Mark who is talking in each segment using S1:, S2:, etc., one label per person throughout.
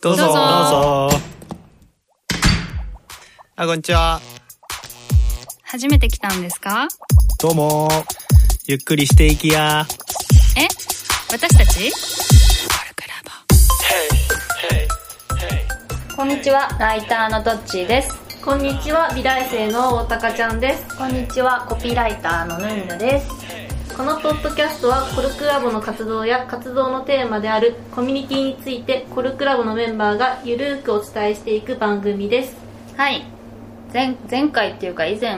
S1: どうぞ
S2: どうぞ
S1: あ、こんにちは。
S2: 初めて来たんですか
S1: どうも。ゆっくりしていきや。
S2: え私たち
S3: こんにちは、ライターのどっちーです。
S4: こんにちは、美大生の大高ちゃんです。
S3: こんにちは、コピーライターのヌンヌです。
S4: このポッドキャストはコルクラボの活動や活動のテーマであるコミュニティについてコルクラボのメンバーがゆるーくお伝えしていく番組です。
S3: はい。前、前回っていうか以前、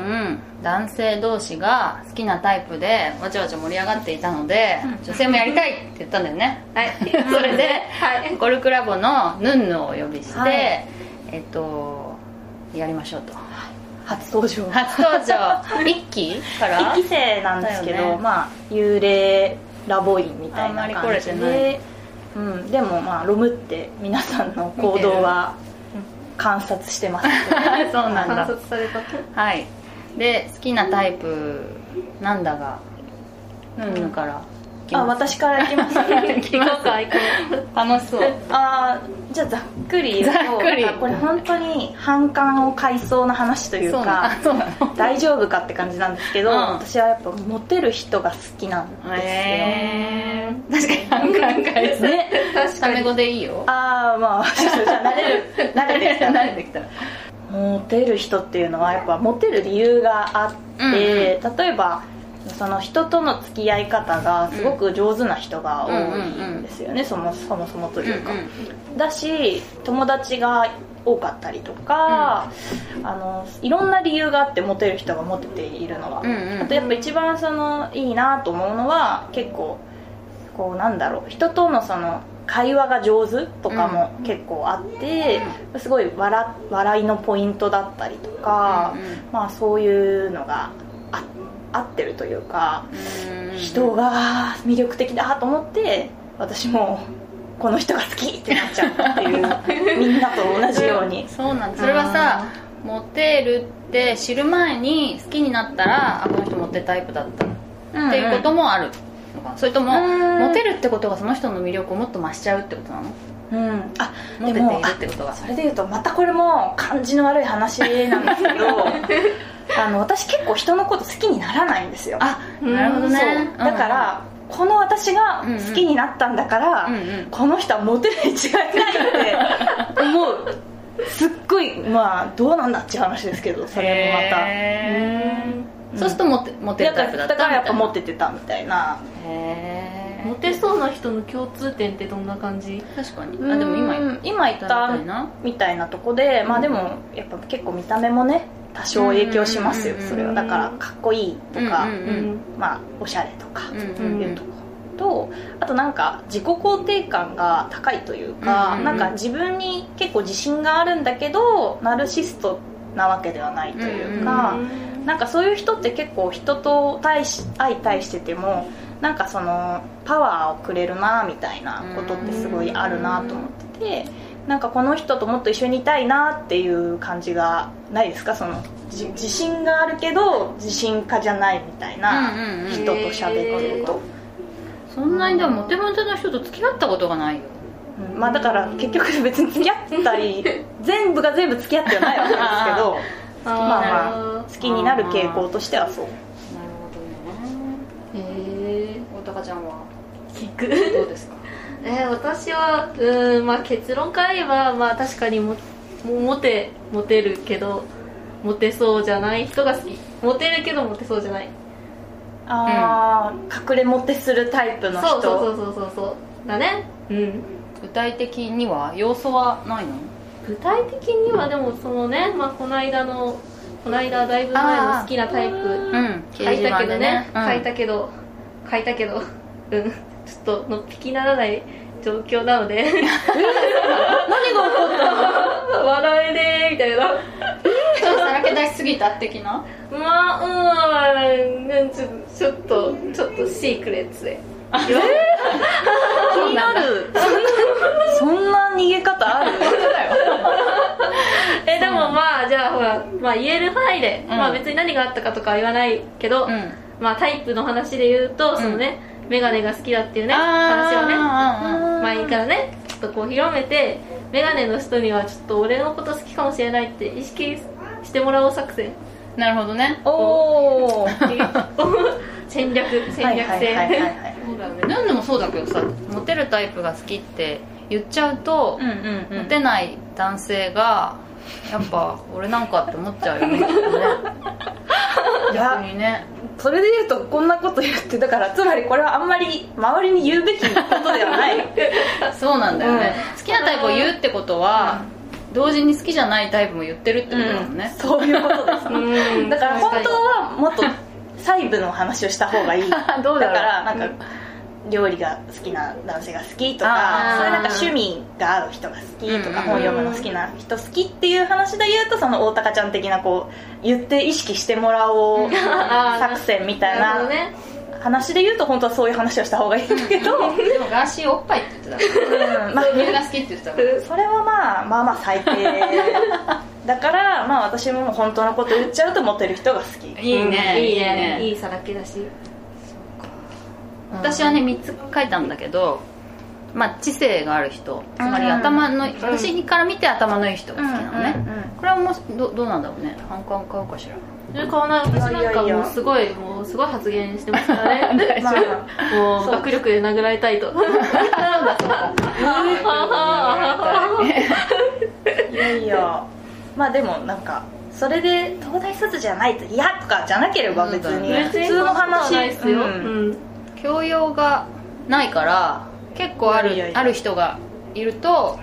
S3: 男性同士が好きなタイプでわちゃわちゃ盛り上がっていたので、女性もやりたいって言ったんだよね。
S4: はい。
S3: それで、
S4: はい。
S3: ゴルクラボのヌンヌをお呼びして、
S4: はい
S3: えっと、やりましょうと。
S4: 初登場。
S3: 初登場、1期から
S5: 一期生なんですけ
S3: だよ
S5: ど、
S3: ね
S5: まあ幽霊ラボ員みたい
S3: あん
S5: な
S3: まり来
S5: 感
S3: れ
S5: じ
S3: て
S5: で
S3: ない
S5: うん、でもまあロムって皆さんの行動は観察し てます
S3: そうなん
S4: 観
S3: だ。
S4: 察されたと。
S3: はいで好きなタイプなんだがうんぬんから
S5: あ私からいきます
S3: きます
S4: 行こうか行こ
S3: 楽しそう
S5: あーじゃあざっくり言うと
S3: ざっくり
S5: なんかこれ本当に反感を買いそうな話という
S3: そうな
S5: か
S3: のそうなの
S5: 大丈夫かって感じなんですけど、
S3: うん
S5: 私はやっぱモテる人が好きなんですよ、
S3: へー確かに反感会ですね
S4: う
S3: タ
S4: 確か
S3: メ
S4: に。
S3: 語でいいよ
S5: ああまあ じゃあ慣れる慣れてき た
S3: 慣れてきた
S5: モテる人っていうのはやっぱモテる理由があって、
S3: うんうん
S5: 例えばその人との付き合い方がすごく上手な人が多いんですよね、そもそもそもというか、だし友達が多かったりとか、あのいろんな理由があってモテる人がモテているのは、
S3: うんうん
S5: あとやっぱ一番そのいいなと思うのは結構こうなんだろう人とのその会話が上手とかも結構あって、すごい笑笑いのポイントだったりとか、まあそういうのがあ合ってるというか、人が魅力的だと思って私もこの人が好きってなっちゃうっ ていうみんなと同じように
S3: そうなんだそれはさモテるって知る前に好きになったらあこの人モテタイプだったっていうこともあるのかなそれとも
S5: うん
S3: モテるってことがその人の魅力をもっと増しちゃうってことなの
S5: うんあ
S3: モテているってことが
S5: それでいうとまたこれも感じの悪い話なんで すけどあの私結構人のこと好きにならないんですよ
S3: あなるほどね
S5: そうだか、ら、この私が好きになったんだから、
S3: うんうん
S5: この人はモテるに違いない って思うすっごいまあどうなんだっていう話ですけどそれもまた
S3: へ
S5: うん
S3: そうするとモテモテ
S5: だ
S3: る
S5: か
S3: タ
S5: ら
S3: イプだ
S5: だ
S3: った
S5: からやっぱ持
S3: っ
S5: っててたみたいな
S3: へ
S4: モテそうな人の共通点ってどんな感じ
S3: ー確かにあでも今
S5: う
S3: 言っ
S5: ん今言ったた
S3: みたいな
S5: みたいなとこでまあでもやっぱ結構見た目もね多少影響しますよ
S3: うんうんうん
S5: それはだからかっこいいとか、
S3: うんうん
S5: まあおしゃれとか、
S3: うん
S4: うん
S5: いうとことあとなんか自己肯定感が高いという
S3: うんう
S5: か、
S3: んうん
S5: なんか自分に結構自信があるんだけどナルシストなわけではないというか、
S4: うん
S5: なんかそういう人って結構人と対し相対しててもなんかそのパワーをくれるなみたいなことってすごいあるなと思っててなんかこの人ともっと一緒にいたいなっていう感じがないですかそのじ自信があるけど自信家じゃないみたいな
S3: うんうんうん
S5: 人と喋ると、
S3: そんなにでもモテモテの人と付き合ったことがないよ
S5: うんまあだから結局別に付き合ったり全部が全部付き合ってはないわけですけどまあ
S4: あ
S5: 好きになる傾向としてはそう
S3: なるほどね
S4: ーへー
S3: 大高ちゃんは
S4: 聞く
S3: どうですか
S4: えー私はうーん、まあ、結論から言えば、まあ、確かにももモテモテるけどモテそうじゃない人が好きモテるけどモテそうじゃない
S5: ああ、隠れモテするタイプの人
S4: そうそうそうそうそうそうだねうん
S3: 具体的には要素はないの
S4: 具体的にはでもそのね、まあ、この間のこの間だいぶ前の好きなタイプ
S3: うん
S4: 書いたけどね書い
S3: た
S4: たけど書いたけどうんちょっとのっぴきならない状況なの で
S5: 何が起こった の
S4: 笑えねえみたいな
S3: ちょっとさらけ出しすぎた的な
S4: まあ、うん、なんちょちょっと、ちょっとシークレッツで。
S5: 気になる そんな逃げ方ある
S4: え、でもまあ、じゃあほら、まあ言える範囲で、
S3: ん
S4: まあ別に何があったかとかは言わないけど、
S3: ん
S4: まあタイプの話で言うと、そのね、メガネが好きだっていうね、話をね、
S3: あ
S4: 前からね、ちょっとこう広めて、メガネの人にはちょっと俺のこと好きかもしれないって意識してもらおう作 戦
S3: なるほどね
S5: おおはい
S4: 戦略
S5: は
S4: 戦
S5: い
S4: 略
S5: はい
S4: 性
S5: はいはい
S3: なんでもそうだけどさモテるタイプが好きって言っちゃうと、
S5: うんうんう
S3: モ
S5: ん
S3: テない男性がやっぱ俺なんかって思っちゃうよねきっとね
S5: いや
S3: 逆にね
S5: それで言うとこんなこと言ってだからつまりこれはあんまり周りに言うべきことではない
S3: そうなんだよね、好きなタイプを言うってことは、同時に好きじゃないタイプも言ってるってことだもんね、
S5: そういうことです
S4: うん
S5: だから本当はもっと細部の話をした方がいい
S3: どうだろう
S5: からなんか料理が好きな男性が好きと
S3: あ
S5: か
S3: ー
S5: そういうなんか趣味が合う人が好き
S3: う
S5: とか
S3: ん
S5: 本読むの好きな人好きっていう話で言うとその大高ちゃん的なこう言って意識してもらお う作戦みたい
S4: なるほど
S5: な
S4: ね
S5: 話で言うと本当はそういう話をした方がいいんだ けど、うん
S3: でもガーシーおっぱいって言ってたから
S5: まあ
S3: 牛乳が好きって言ってたから
S5: それはまあまあまあ最低だからまあ私ももう本当のこと言っちゃうとモテる人が好き
S3: いいね
S4: いいねいいさらけだし
S3: 私はね3つ書いたんだけど、まあ、知性がある人つまり
S5: うん
S3: 頭の、私から見て頭のいい人が好きなのね、
S5: うんうんうん
S3: これはもうどどうなんだろうね反感買うかしら
S4: それ買わない私なんか
S5: いやいや
S4: も
S5: い
S4: う
S5: や
S4: すごいもうすごい発言してますから ね
S5: まあ
S4: もう学力で殴られたいとなんだそうか
S5: いやいやまあでもなんかそれで東大卒じゃないと嫌とかじゃなければ別に
S3: うん
S5: 普通の話
S4: ないですよ、う
S5: う
S4: んん
S3: 教養がないから結構ある
S5: いやいやいや
S3: ある人がいると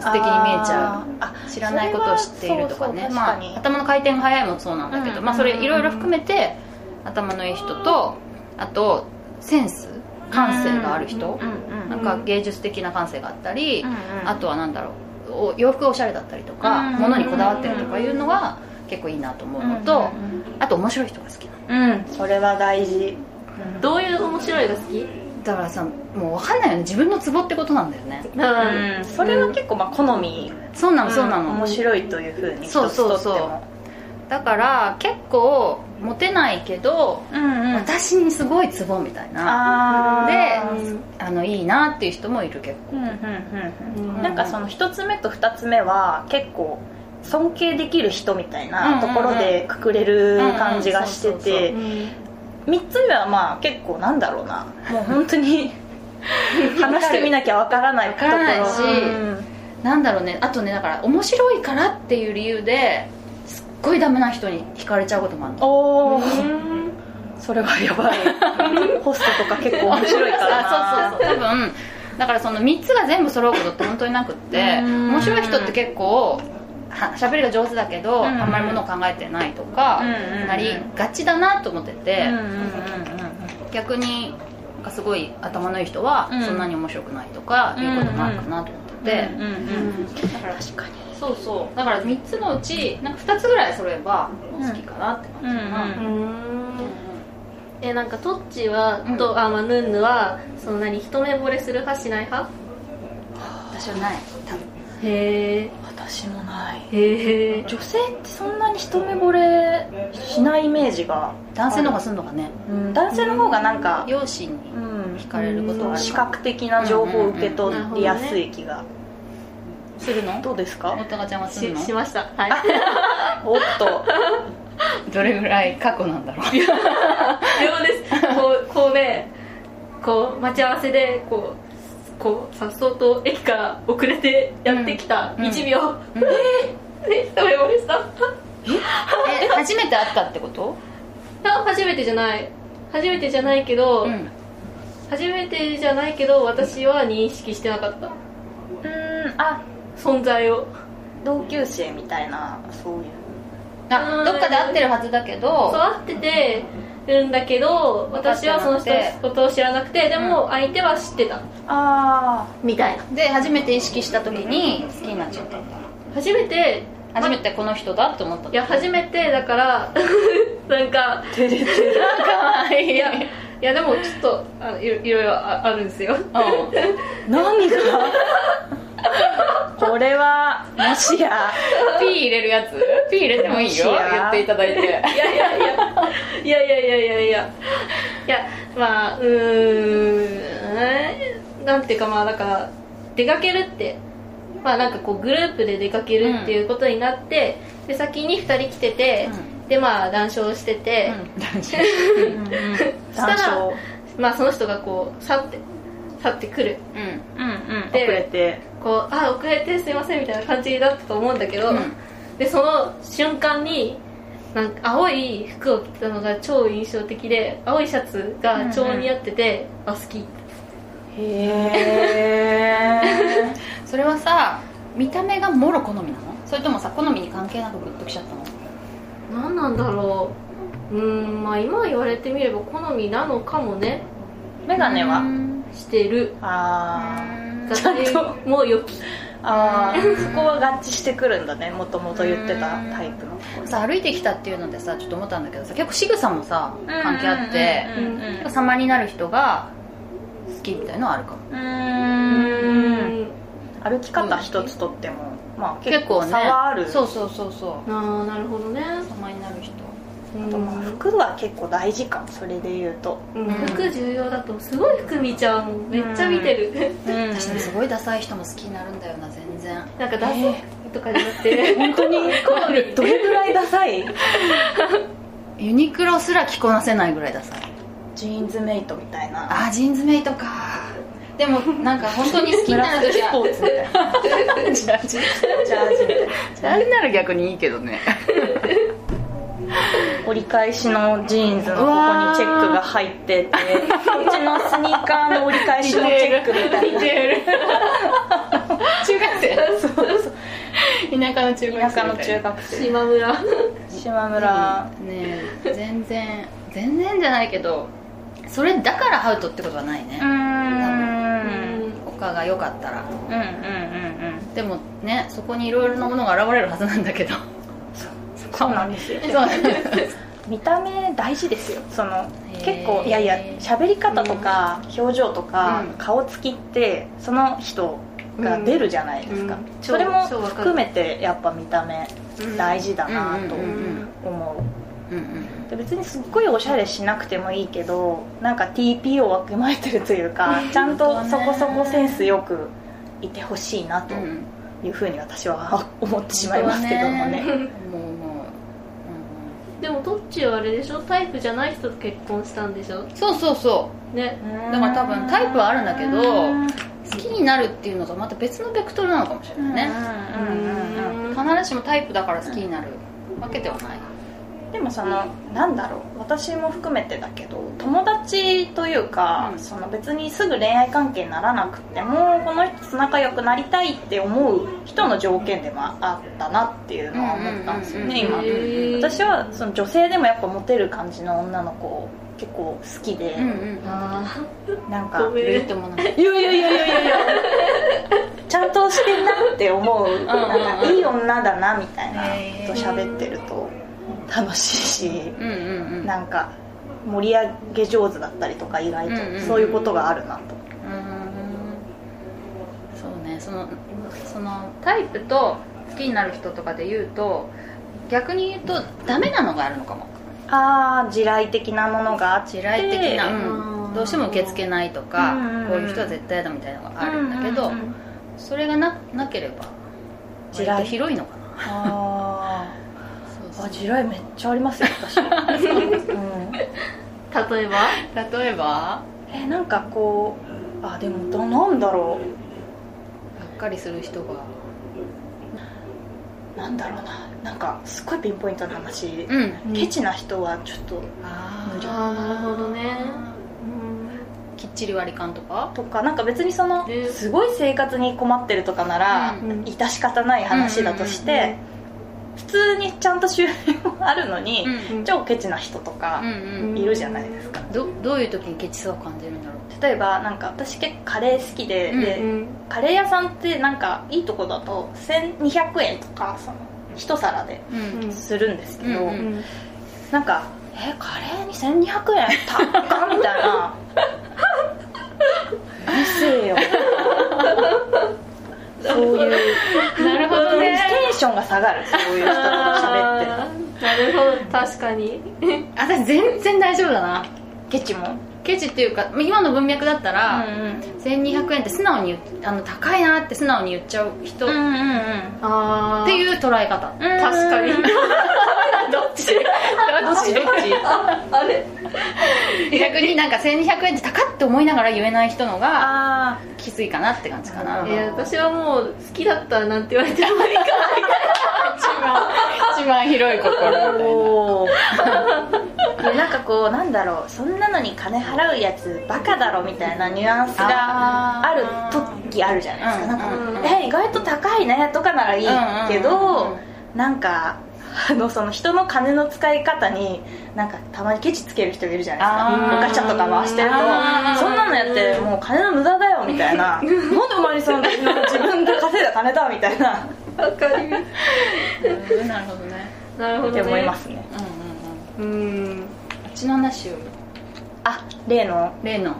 S3: 素敵に見えちゃう
S5: あ
S3: 知らないことを知っているとかね
S5: それはそうそう
S3: ま
S5: 確かに
S3: あ、頭の回転が速いもそうなんだけど、
S5: うん
S3: まあ、それいろいろ含めて頭のいい人とあとセンス感性がある人、
S5: うんうん
S3: なんか芸術的な感性があったり、
S5: うんうん
S3: あとは何だろうお洋服がおしゃれだったりとか、
S5: うん
S3: 物にこだわってるとかいうのは結構いいなと思うのと、
S5: うん
S3: あと面白い人が好きなの
S5: うんうんそれは大事
S4: どういう面白いが好き
S3: だからさもう分かんないよね自分のツボってことなんだよね
S4: う
S5: うんんそれは結構まあ好み
S3: そうなの、そうなの、
S5: 面白いというふうに一つ
S3: そうそう
S5: と
S3: そう
S5: っても
S3: だから結構モテないけど、
S5: うんうん
S3: 私にすごいツボみたいな
S5: あー
S3: であのいいなっていう人もいる結構
S5: うんうんうん
S4: う
S5: うん
S4: ん
S5: なんかその一つ目と二つ目は結構尊敬できる人みたいなところでくくれる感じがしてて3つ目はまあ結構なんだろうなもう本当 に話してみなきゃわからないところ
S3: わからないし
S5: うん
S3: なんだろうねあとねだから面白いからっていう理由ですっごいダメな人に惹かれちゃうこともあるの
S5: おお
S4: うん
S5: それはや ばいホストとか結構面白いからな
S3: あ そうそうそう多分だからその3つが全部揃うことって本当になくって
S5: うん
S3: 面白い人って結構は喋りが上手だけど、
S5: うん
S3: あんまりものを考えてないとか、
S5: うん
S3: なりがちだなと思ってて、
S5: うんうんうんうん
S3: 逆にすごい頭のいい人は
S5: うん
S3: そんなに面白くないとかいうこともあるかなと思ってて、
S5: うんうんうん
S3: だから
S5: 確かに
S3: そうそうだから3つのうちなんか2つぐらい揃えば好きかなって感じかな、
S5: うんうんうん
S4: えなんかトッチは
S3: うん
S4: とあまあヌンヌはその何一目惚れする派しない派
S3: 私はない多分
S4: へ
S5: 私もない
S4: えへえ
S5: 女性ってそんなに一目惚れしないイメージが、
S3: 男性の方がすんのかね
S5: うん、男性の方がなんか、
S3: 容姿に
S5: うん、
S3: 惹かれることがある
S5: 視
S3: か
S5: 覚的な情報を受け取りやすい気が、
S3: するの
S5: どうです
S3: お
S5: か
S3: たかちゃんはする
S4: し
S3: の
S4: しましたはい
S5: おっと
S3: どれぐらい過去なんだろう
S4: 秒ですこうこうねこう待ち合わせでこうこうさっそうと駅から遅れてやってきた
S3: うん
S4: 1秒、
S3: うん
S4: で一目惚れした
S3: え初めて会ったってこと
S4: あ初めてじゃない初めてじゃないけど、
S3: うん
S4: 初めてじゃないけど私は認識してなかった
S5: うんあ
S4: 存在を
S5: 同級生みたいなそういう
S3: あどっかで会ってるはずだけど
S4: そう会っててるんだけど私はその人のことを知らなくてでも相手は知ってた
S5: あ
S4: みたいな
S3: で初めて意識した時に好きになっちゃったんだ
S4: 初めて
S3: 初めてこの人だって思った
S4: いや初めてだから なんか
S5: あ照れてる
S3: 可愛い
S4: いやいやでもちょっとあのいろいろいろああるんですよ
S5: 何がこれはもしや
S3: ピー入れるやつピー入れてもいいよ
S5: もしや
S3: 言っていただいて
S4: いやいやいやいやいやいやいやいやいやまあうーんえーなんていうかまあだから出かけるってまあなんかこうグループで出かけるっていうことになって、で先に2人来てて、でまあ談笑してて、したら
S5: 談笑
S4: まあその人がこう去って去ってくる
S3: うん
S5: うんうん遅
S4: で
S5: れて
S4: こうあ遅れてすいませんみたいな感じだったと思うんだけど、
S3: うん
S4: でその瞬間になんか青い服を着たのが超印象的で青いシャツが超似合ってて、あ好き
S5: へえ
S3: それはさ見た目がもろ好みなのそれともさ好みに関係なくグッときちゃったの
S4: 何なんだろううーんまあ今言われてみれば好みなのかもね
S5: 眼鏡は
S4: してる
S5: あ
S4: だってもうよき
S5: ーあーそこは合致してくるんだねもともと言ってたタイプの
S3: さ歩いてきたっていうのでさちょっと思ったんだけどさ結構仕草もさ関係あって
S5: うんうん
S3: なんか様になる人が好きみたいのはあるかも
S5: う
S4: う
S5: んうん
S4: ん
S5: 歩き方一つとっても、まあ、
S3: 結
S5: 結
S3: 構
S5: 構
S3: ね
S5: 差はある、
S3: そうそうそうそ
S4: ああなるほど
S3: う
S4: ね
S3: 様になる人
S4: うん
S5: あとまあ服は結構大事かもそれで言うと
S4: うん服重要だとすごい服見ちゃうもんめっちゃ見てる
S5: うん
S3: 私ねすごいダサい人も好きになるんだよな全然
S4: なんかダサいとかじゃなくて
S5: 本当に
S4: 好み
S5: どれぐらいダサい
S3: ユニクロすら着こなせないぐらいダサい
S5: ジーンズメイトみたいな
S3: あージーンズメイトかでもなんか本当に好きになる
S5: 紫
S3: 時
S5: スポ
S3: は
S5: ーツみたいな
S3: ジャージ
S5: ジャージみたいな
S3: ジャージなら逆にいいけどね
S5: 折り返しのジーンズのここにチェックが入っててうちのスニーカーの折り返しのチェックみたいな
S3: 中学生そうそう田舎の中
S5: 田舎の中学生
S4: 島村
S5: 島村
S3: ねえ全然全然じゃないけどそれだからハウトってことはないね、
S5: んうん
S3: 他が良かったら
S5: うんうんうん
S3: でもねそこにいろいろなものが現れるはずなんだけど
S5: そうなんですよ
S3: そうなんだ
S5: 見た目大事ですよその
S3: へー
S5: 結構いやいや喋り方とか表情とか
S3: うん
S5: 顔つきってその人が出るじゃないですか、
S4: うんうん
S5: それも
S4: 超超わかる
S5: 含めてやっぱ見た目大事だなと
S3: うんうん
S5: 思
S3: うんうん
S5: うで別にすっごいおしゃれしなくてもいいけどなんか TP をわきまえてるというかちゃんとそこそこセンスよくいてほしいなと
S3: うん
S5: いうふうに私は 思ってしまいますけどもね
S3: 本もうもう、
S4: でもどっちはあれでしょタイプじゃない人と結婚したんでしょ
S3: うんそうそうそ
S4: ね
S3: だから多分タイプはあるんだけど
S5: うん
S3: う好きになるっていうのとまた別のベクトルなのかもしれないね、
S5: うんうんうんうん
S3: 必ずしもタイプだから好きになるわけではない、
S5: でもそのなんだろう私も含めてだけど友達というか、
S3: うん
S5: その別にすぐ恋愛関係にならなくてもこの人と仲良くなりたいって思う人の条件でもあったなっていうのは思ったんですよね
S3: うんうん
S5: 今
S3: うんうん
S5: 私はその女性でもやっぱモテる感じの女の子を結構好きで、
S3: うんうん
S4: あ
S5: なん
S4: ご
S5: か
S4: めん
S3: ルーってもない
S5: いやいやいやいやいやいやちゃんとしてんなって思うなんかいい女だなみたいな
S3: へー
S5: と喋ってると楽しいし
S3: うんうんうん
S5: なんか盛り上げ上手だったりとか意外と、
S3: うんうん
S5: そういうことがあるなと
S3: うーんそうねそのそのタイプと好きになる人とかで言うと逆に言うとダメなのがあるのかも
S5: ああ地雷的なものがあって
S3: 地雷的な、
S4: ー
S3: うんどうしても受け付けないとか、
S5: うん
S3: こういう人は絶対だみたいなのがあるんだけど、
S5: うんうんうん
S3: それがななければ
S5: 地
S3: 割と
S5: 雷
S3: 広いのかな
S5: あ
S3: そ
S5: ーあ
S3: う
S5: 地雷めっちゃありますよ私、 うん
S4: ー例えば
S3: 例えば
S5: えなんかこうあでもどなんだろ
S3: がっかりする人が
S5: うなんだろうななんかすっごいピンポイントな話、
S3: うん
S5: ケチな人はちょっと
S3: あー
S4: ああなるほどね
S3: きっちり割り勘とか
S5: とかなんか別にその
S4: ね
S5: すごい生活に困ってるとかなら、
S3: うん
S5: 致し方ない話だとして、
S3: うんうん
S5: 普通にちゃんと収入もあるのに、
S3: ん
S5: 超ケチな人とか
S3: うんうん
S5: いるじゃないですか、
S3: どどういう時にケチさを感じるんだろうって
S5: 例えばなんか私結構カレー好きで,、
S3: うん
S5: で
S4: うん
S5: カレー屋さんってなんかいいとこだと1200円とかその一皿で
S3: うん
S5: するんですけど、
S3: うんうん
S4: うん
S5: なんか「えカレーに1200円高っか」みたいな「うるせえよ」そういう
S4: なるほどね
S5: テンションが下がるそういう人と喋ってる
S4: あーなるほど確かに
S3: 私全然大丈夫だな
S5: ケチも
S3: ケチっていうかまあ今の文脈だったら、1200円って素直に言っあの高いなって素直に言っちゃう人、
S5: うんう
S3: っ
S5: んうん
S4: あ
S3: ていう捉え方、
S5: うん
S4: 確かに
S3: どっちどっちどっ
S4: あれ
S3: ち逆になんか1200円って高って思いながら言えない人のが
S5: ああ
S3: きついかなって感じかな、
S4: いや私はもう好きだったなんて言われてもいい か
S3: 一番広い心みたいな
S5: おおなんかこうなんだろうそんなのに金払うやつバカだろみたいなニュアンスがある時あるじゃないですか、
S3: うん
S5: な
S4: うんん
S5: か、え意外と高いねとかならいいけど、
S3: うんうんうん
S5: なんかあのその人の金の使い方になんかたまにケチつける人いるじゃないですかおガチャとか回してると
S3: あー
S5: そんなのやってもう金の無駄だよみたい ななんでお前にそんな自分で稼いだ金だみたいな
S4: わかります
S3: うんなるほどね
S4: なるほど
S5: っ
S4: ね
S5: て思いますね
S3: うんうん
S4: うん
S3: うんうちの話よ
S5: あ例の
S3: 例の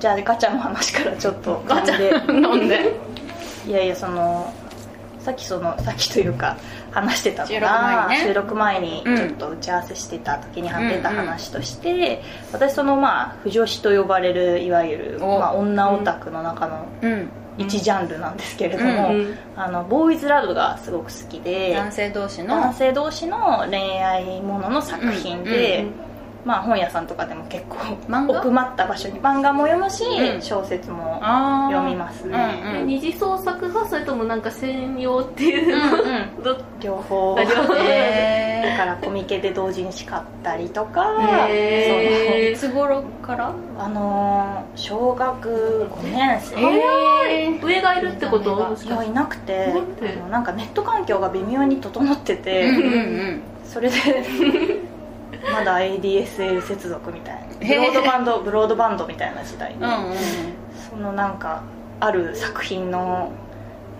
S5: じゃあガチャの話からちょっとガチ
S3: 飲んで
S5: いやいやそのさっきそのさっきというか話してたの
S3: 収録
S5: が
S3: 前にね
S5: 録前に
S3: うん
S5: ちょっと打ち合わせしてた時に出た
S3: うんうん
S5: 話として、私そのまあ不女子と呼ばれるいわゆる、
S3: お
S5: まあ、女オタクの中の
S3: うん
S5: 一ジャンルなんですけれども、
S4: うん
S5: あのボーイズラブがすごく好きで
S3: 男性同士の
S5: 男性同士の恋愛ものの作品で、
S4: うんうん
S5: まあ、本屋さんとかでも結構
S3: 漫画
S5: 奥まった場所に漫画も読むし、
S3: うん
S5: 小説も
S3: あー
S5: 読みますね、
S3: うんうん
S4: 二次創作派それともなんか専用っていうう、
S3: ん
S4: どっ
S5: 両方
S4: あ両方
S5: だ
S3: へ
S5: からコミケで同時にしかったりとか、
S4: へ
S3: ーいつ頃から
S5: そうあのー小学5年生
S3: えー
S4: 上がいるってこ
S3: 見
S4: と
S3: た目が
S4: もし
S5: い
S4: か
S5: や
S4: して
S5: いなくて
S4: なんで
S5: あのなんかネット環境が微妙に整ってて、
S3: うんうん
S5: それで まだ ADSL 接続みたいなブ
S3: へ
S5: ロ
S3: ー
S5: ードバンドブロードバンドみたいな時代に、
S3: うんうんうん
S5: そのなんかある作品の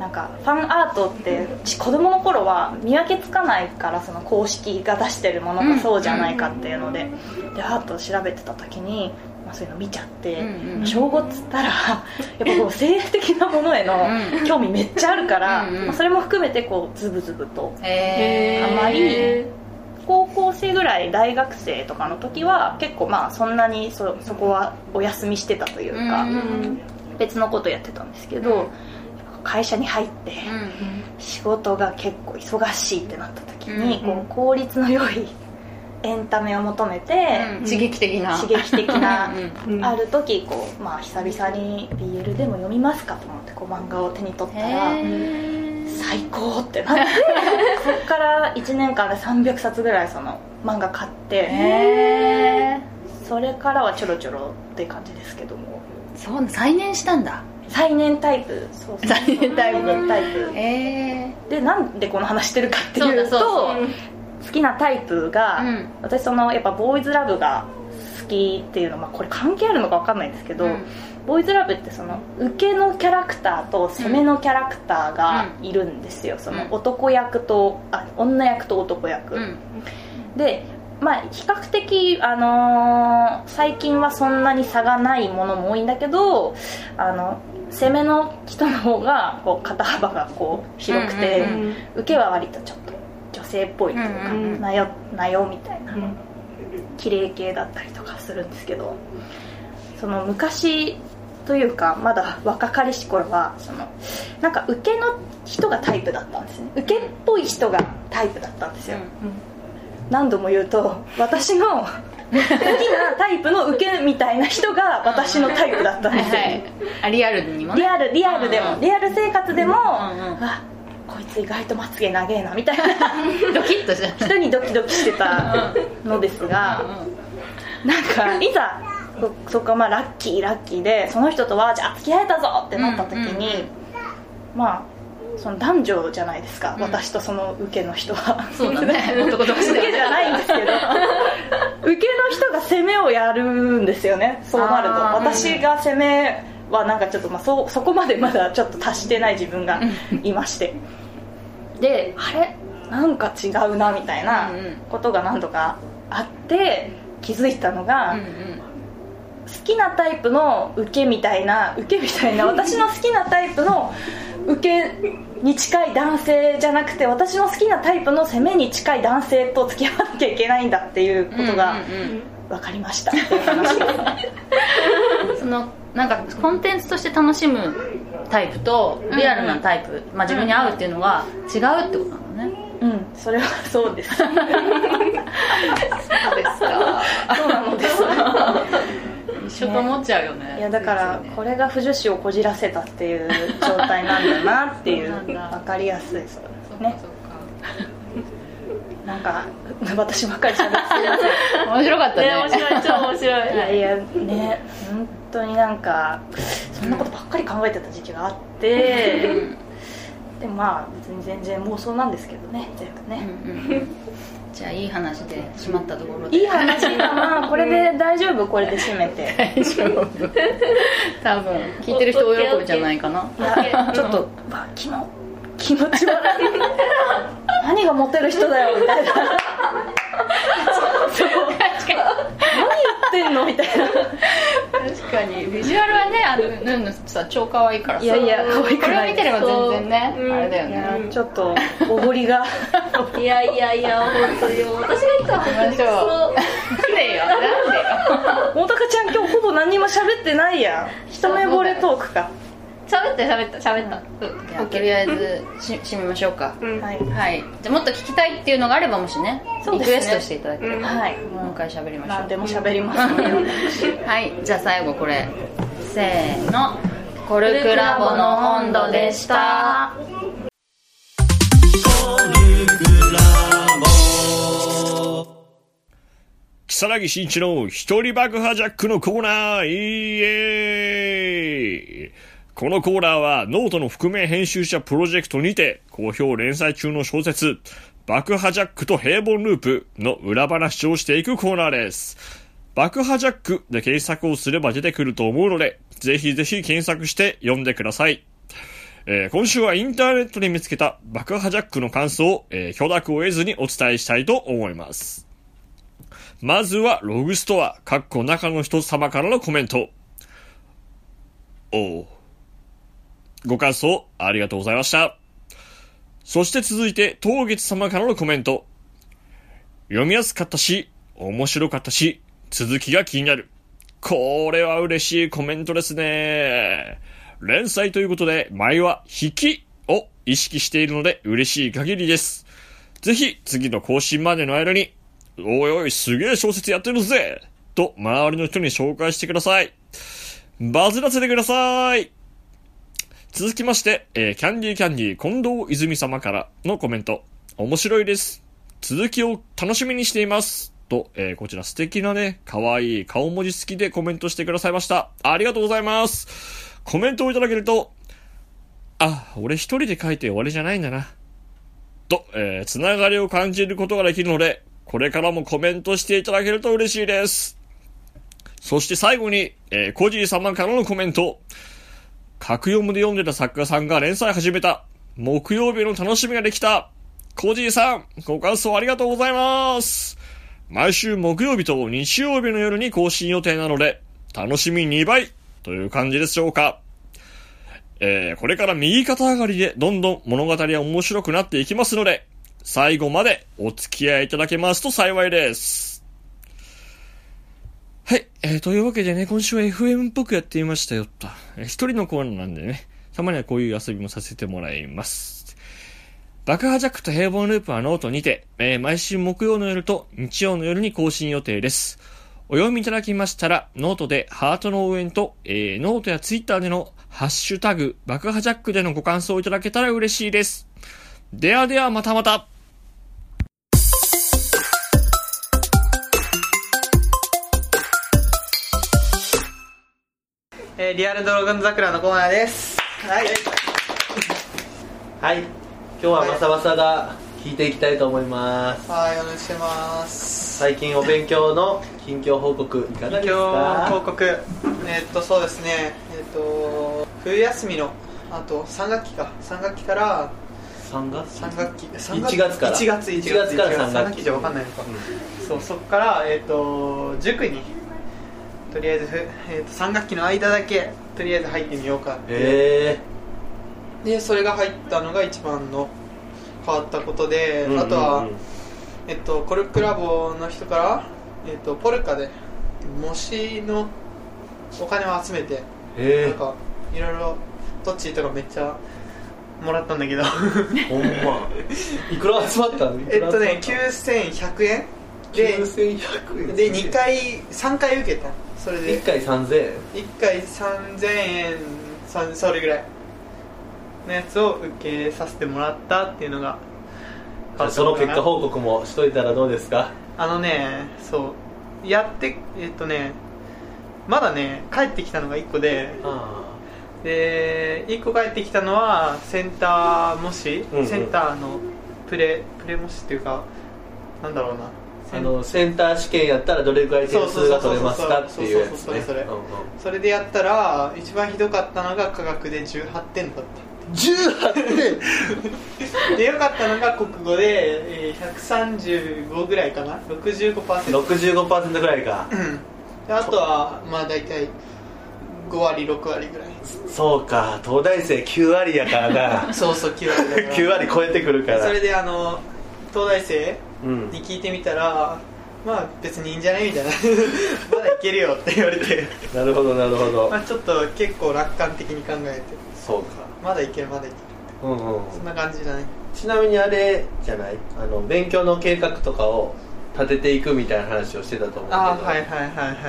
S5: なんかファンアートってち子供の頃は見分けつかないからその公式が出してるものがそうじゃないかっていうので,、でアートを調べてた時に、まあ、そういうの見ちゃって、
S3: うんうん
S5: 小5っつったらやっぱこう性的なものへ
S3: う
S5: の興味めっちゃあるから
S3: うんうん
S5: まあそれも含めてこうズブズブと
S3: えー
S5: あまり高校生ぐらい大学生とかの時は結構まあそんなにそそこはお休みしてたというか。
S3: うん
S4: うん
S5: 別のことやってたんですけど、会社に入って仕事が結構忙しいってなった時に、
S4: うんうん
S5: こう効率の良い エンタメを求めて、
S3: うん刺激的な
S5: 刺激的な
S3: うん うん
S4: うん
S5: ある時こう、まあ、久々に BL でも読みますかと思ってこう漫画を手に取ったら
S3: へー
S5: 最高ってなってそっから1年間で300冊ぐらいその漫画買って
S3: へ
S5: それからはちょろちょろって感じですけども
S3: ーそう再燃したんだ
S5: 最年タイプそうそう
S3: 再燃タイプ
S5: タイプ
S3: え
S5: でなんでこの話してるかっていう
S3: そ
S5: と
S3: うだそう
S5: 好きなタイプが、
S3: うん
S5: 私そのやっぱボーイズラブが好きっていうのはこれ関係あるのか分かんないんですけど、
S3: うん
S5: ボーイズラブってその受けのキャラクターと攻めのキャラクターがいるんですよ、その男役とあ女役と男役、
S3: うん
S5: でまあ比較的、あのー最近はそんなに差がないものも多いんだけどあの攻めの人の方がこう肩幅がこう広くて、
S3: うん
S5: 受けは割とちょっと女性っぽいというか、
S3: うん
S4: うん
S5: なよなよみたいな綺麗系だったりとかするんですけどその昔というかまだ若かりし頃はそのなんか受けの人がタイプだったんですね受けっぽい人がタイプだったんですよ、何度も言うと私の好きなタイプの受けみたいな人が私のタイプだったん
S3: は
S5: で
S3: い
S5: すよ、
S3: はいあリアルにも
S5: リ
S3: ね
S5: アルリアルでも、
S3: うん
S5: リアル生活でも、
S3: んうん
S5: あこいつ意外とまつげ長えなみたいな
S3: ドキッとした
S5: 人にドキドキしてたのですがなんかいざそそこはまあラッキーラッキーでその人とはじゃあ付き合えたぞってなった時に、
S3: うんうん
S5: まあその男女じゃないですか、
S3: うん
S5: 私とその受けの人は
S3: そうだね 男同士
S5: 受
S3: だ
S5: け
S3: よ
S5: じゃないんです けど受けの人が攻めをやるんですよねそうなると
S3: あー
S5: 私が攻めはなんかちょっと、まあ、そそこまでまだちょっと達してない自分がいましてであれなんか違うなみたいな
S3: うんうん
S5: ことが何度かあって気づいたのが、
S3: うん
S5: 好 きなタイプの受けみたいな受けみたいな私の好きなタイプの受けに近い男性じゃなくて私の好きなタイプの攻めに近い男性と付き合わなきゃいけないんだっていうことが
S3: うんうんうん
S5: 分かりましたっていう話です
S3: そのなんかコンテンツとして楽しむタイプとリアルなタイプ、まあ、自分に合うっていうのは違うってことなんだね、
S5: うんそれはそうですそう
S3: そうですか
S5: なのです
S3: 一緒と思っちゃうよね
S5: いやだからこれが不女子をこじらせたっていう状態なんだなっていう
S3: そう
S5: 分
S3: なんだ
S5: かりやすいです
S3: ね
S5: ねなんか私ばっかり喋ってる
S3: 面白かったね
S4: ね面 白い超面白い
S5: いやいやね本当になんかそんなことばっかり考えてた時期が あってでもまあ別に全然妄想なんですけどね全部
S3: うん
S5: ね、
S3: うんうんじゃあいい話でしまったところで
S5: いい話だなこれで大丈夫これで締めて
S3: 大丈夫多分聞いてる人大喜びじゃないかない
S5: やちょっとうわ気も気持ち悪い何がモテる人だよみたいなそう何言ってんのみたいな
S3: 確かにビジュアルはねあのヌンヌさ超可愛いからさ
S5: いやいや可愛く
S3: これを
S5: ない
S3: 見てれば全然ね
S4: そううん
S3: あれだよ
S5: い
S3: ね
S5: やちょっとおごり が
S4: いやいやいや本当にもう私が言ったら本当にそう
S3: なんでよなんでよ
S5: 大高ちゃん今日ほぼ何にも喋ってないやん一目惚れトークか
S4: 喋った喋った喋った
S3: じゃあとりあえずし締めましょうか、
S4: うん
S5: はい
S3: はいじゃあもっと聞きたいっていうのがあればもしね
S5: そう
S3: リ
S5: で
S3: ク
S5: すね
S3: エストしていただければ、
S5: はい
S3: もう一回喋りましょう
S5: 何でも喋りますね
S3: はいじゃあ最後これせーのコルクラボの温度でした
S6: 木更木慎一の一人爆破ジャックのコーナー、イエーイこのコーナーはノートの覆面編集者プロジェクトにて好評連載中の小説、爆破ジャックと平凡ループの裏話をしていくコーナーです。爆破ジャックで検索をすれば出てくると思うので、ぜひぜひ検索して読んでください。えー今週はインターネットで見つけた爆破ジャックの感想を、えー許諾を得ずにお伝えしたいと思います。まずはログストア、かっこ中の人様からのコメント。おう。ご感想ありがとうございました。そして続いて、当月様からのコメント。読みやすかったし、面白かったし、続きが気になる。これは嬉しいコメントですね。連載ということで、前は引きを意識しているので嬉しい限りです。ぜひ、次の更新までの間に、おいおい、すげえ小説やってるぜと、周りの人に紹介してください。バズらせてください続きまして、えーキャンディーキャンディー近藤泉様からのコメント。面白いです。続きを楽しみにしています。と、えーこちら素敵なね、可愛い顔文字付きでコメントしてくださいました。ありがとうございます。コメントをいただけると、あ、俺一人で書いて終わりじゃないんだな。と、えーつながりを感じることができるので、これからもコメントしていただけると嬉しいです。そして最後に、えー、コジー様からのコメント。格読むで読んでた作家さんが連載始めた。木曜日の楽しみができた。コジーさん、ご感想ありがとうございます。毎週木曜日と日曜日の夜に更新予定なので、楽しみ2倍という感じでしょうか。えーこれから右肩上がりでどんどん物語は面白くなっていきますので、最後までお付き合いいただけますと幸いです。はい。えーというわけでね、今週は FM っぽくやってみましたよっと。えー一人のコーナーなんでね、たまにはこういう遊びもさせてもらいます。爆破ジャックと平凡ループはノートにて、えー毎週木曜の夜と日曜の夜に更新予定です。お読みいただきましたら、ノートでハートの応援と、えー、ノートやツイッターでのハッシュタグ、爆破ジャックでのご感想をいただけたら嬉しいです。ではではまたまた
S1: えーリアルドラゴン桜のコーナーですはい
S7: はい今日はマサマサが聞いていきたいと思います
S1: はいお願いします
S7: 最近お勉強の近況報告いかが
S1: 今
S7: です
S1: 日報
S7: か
S1: 告えーっとそうですねえーっと冬休みのあと3学期か3学期から
S7: 3月
S1: 三学期三
S7: 1月から
S1: 1月1
S7: 1月から三学期
S1: 三じゃ分かんないのか、そうそっからえっ、と塾にとりあえず、ふえー、と3学期の間だけとりあえず入ってみようかって
S7: え
S1: でそれが入ったのが一番の変わったことで、あとは、えっと、コルクラボの人から、えっと、ポルカで模試のお金を集めて、
S7: え
S1: なんかいろいろどっちとかめっちゃもらったんだ けど
S7: え ほんまいくら集まったの
S1: えっとね9100円で
S7: 9100円
S1: で2回3回受けたそれで
S7: 1回3000円
S1: 1回3000円さんそれぐらいのやつを受けさせてもらったっていうのが
S7: じゃあその結果報告もしといたらどうですか
S1: あのねそうやってえっとねまだね帰ってきたのが1個で
S7: あ
S1: で1個帰ってきたのはセンター模試、
S7: うんうん
S1: センターのプレプレ模試っていうかなんだろうな
S7: ああのセンター試験やったらどれぐらい点数が取れますかっていうやつ
S1: そうそうそうそう
S7: ね
S1: それそれ
S7: うんうん
S1: それでやったら一番ひどかったのが科学で18点だっ
S7: 18
S1: たで良かったのが国語で、えー135ぐらいかな
S7: 点
S1: 65%、
S7: 65%ぐらいか
S1: うん、であとはまあ大体5割6割ぐらい
S7: そうか東大生9割やからな
S1: そうそう9割 だから
S7: 9割超えてくるから
S1: それであの東大生
S7: うん
S1: に聞いてみたらまあ別にいいんじゃないみたいな まだいけるよって言われて
S7: なるほどなるほど
S1: まあちょっと結構楽観的に考えて
S7: そうか
S1: まだいけるまだいける
S7: うんうん
S1: そんな感じだね
S7: ちなみにあれじゃないあの勉強の計画とかを立てていくみたいな話をしてたと思うけど
S1: ああはいはいはいは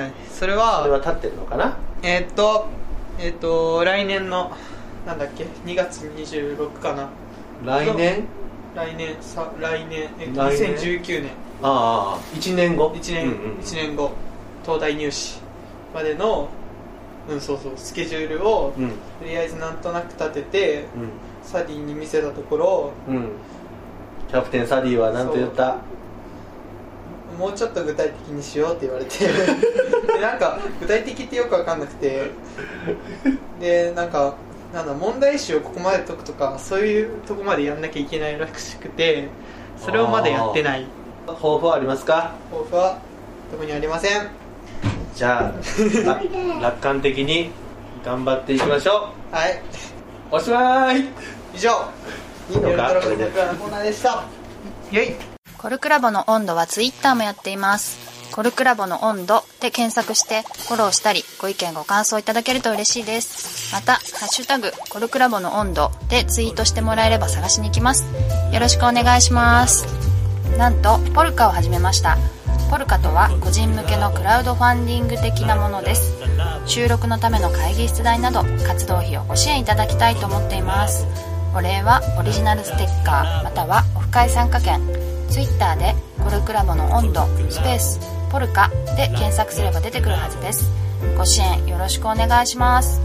S1: いそれは
S7: それは立ってるのかな
S1: えーっとえーっと来年のなんだっけ2月26かな
S7: 来年
S1: 来年さ来年えーっと
S7: 来年
S1: 2019年
S7: ああ1年後
S1: 1年、
S7: うんうん
S1: 一年後東大入試までのうんそうそうスケジュールを
S7: うん
S1: とりあえずなんとなく立ててサディに見せたところ
S7: うんうんキャプテンサディは何と言った
S1: もうちょっと具体的にしようって言われ てでなんか具体的ってよく分かんなくてでなんかなんだ問題集をここまで解くとかそういうとこまでやんなきゃいけないらしくてそれをまだやってない
S7: 抱負はありますか
S1: 抱負は特にありません
S7: じゃああ楽観的に頑張っていきましょ
S1: はい。
S7: うおしまい
S1: 以上
S7: いいのか
S1: 喜びの声のコーナーでしたイェイ
S3: コルクラボの温度はツイッターもやっています。コルクラボの温度で検索してフォローしたりご意見ご感想いただけると嬉しいです。また、ハッシュタグコルクラボの温度でツイートしてもらえれば探しに行きます。よろしくお願いします。なんと、ポルカを始めました。ポルカとは個人向けのクラウドファンディング的なものです。収録のための会議室代など活動費をご支援いただきたいと思っていますお礼はオリジナルステッカーまたはオフ会参加券 Twitter で「コルクラボの温度」スペース「ポルカ」で検索すれば出てくるはずですご支援よろしくお願いします